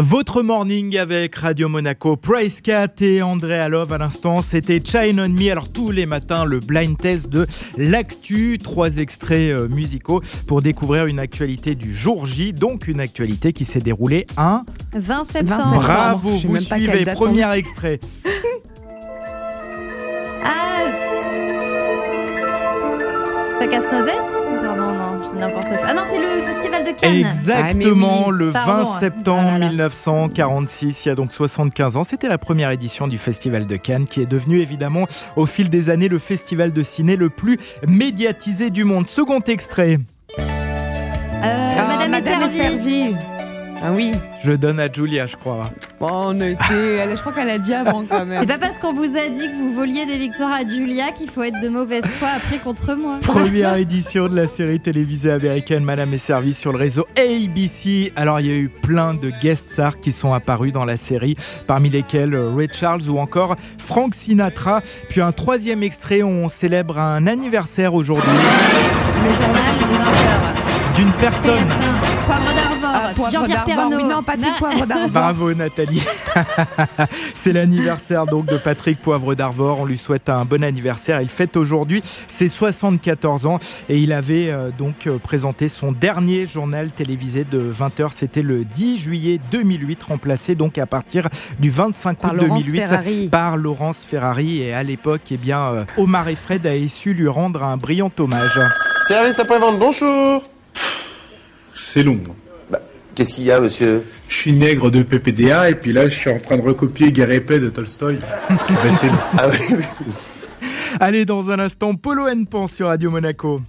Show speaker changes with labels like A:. A: Votre morning avec Radio Monaco, Price Cat et André Alov à l'instant, c'était Chine on Me. Alors tous les matins, le blind test de l'actu, trois extraits euh, musicaux pour découvrir une actualité du jour J, donc une actualité qui s'est déroulée un
B: 20 septembre.
C: septembre.
A: bravo,
C: je sais
A: vous
C: même pas quelle
A: suivez,
C: date on
A: premier extrait.
B: Ah C'est pas Casse-Noisette Pardon, non, je dis n'importe quoi. Ah non, c'est le Festival de Cannes.
A: Exactement,
C: Ah, mais oui,
A: le 20
B: pardon.
A: septembre
B: Ah là là.
A: 1946, il y a donc 75 ans, c'était la première édition du Festival de Cannes qui est devenu évidemment au fil des années le festival de ciné le plus médiatisé du monde. Second extrait,
B: Euh,
C: Ah,
B: Madame, est servie.
C: servie. Ah oui.
A: je le donne à Julia je crois.
C: Bon, Oh, on était. elle- je crois qu'elle a dit avant quand même.
B: C'est pas parce qu'on vous a dit que vous voliez des victoires à Julia qu'il faut être de mauvaise foi après contre moi.
A: Première édition de la série télévisée américaine Madame est servie sur le réseau ABC. Alors il y a eu plein de guest stars qui sont apparus dans la série, parmi lesquels euh, Ray Charles ou encore Frank Sinatra. Puis un troisième extrait où on célèbre un anniversaire aujourd'hui
B: Le journal de 20h.
A: d'une personne.
B: TF1. Poivre
C: Ah,
B: d'Arvor.
C: Poivre
B: Jean-Pierre
C: d'Arvor.
B: Pernaut.
C: Oui, non, Patrick Poivre d'Arvor.
A: Bravo Nathalie. C'est l'anniversaire donc de Patrick Poivre d'Arvor. On lui souhaite un bon anniversaire. Il fête aujourd'hui ses 74 ans et il avait euh, donc euh, présenté son dernier journal télévisé de 20h. C'était le 10 juillet 2008, remplacé donc à partir du 25 août
C: Par Laurence
A: 2008
C: Ferrari.
A: par Laurence Ferrari. Et à l'époque, eh bien, euh, Omar et Fred a su lui rendre un brillant hommage.
D: Service après-vente, bonjour
E: C'est long.
D: Bah, qu'est-ce qu'il y a, monsieur
E: Je suis nègre de PPDA et puis là je suis en train de recopier Garépé de Tolstoy. Ben, c'est long.
D: Ah oui, oui.
A: Allez, dans un instant, Polo N. Pan sur Radio Monaco.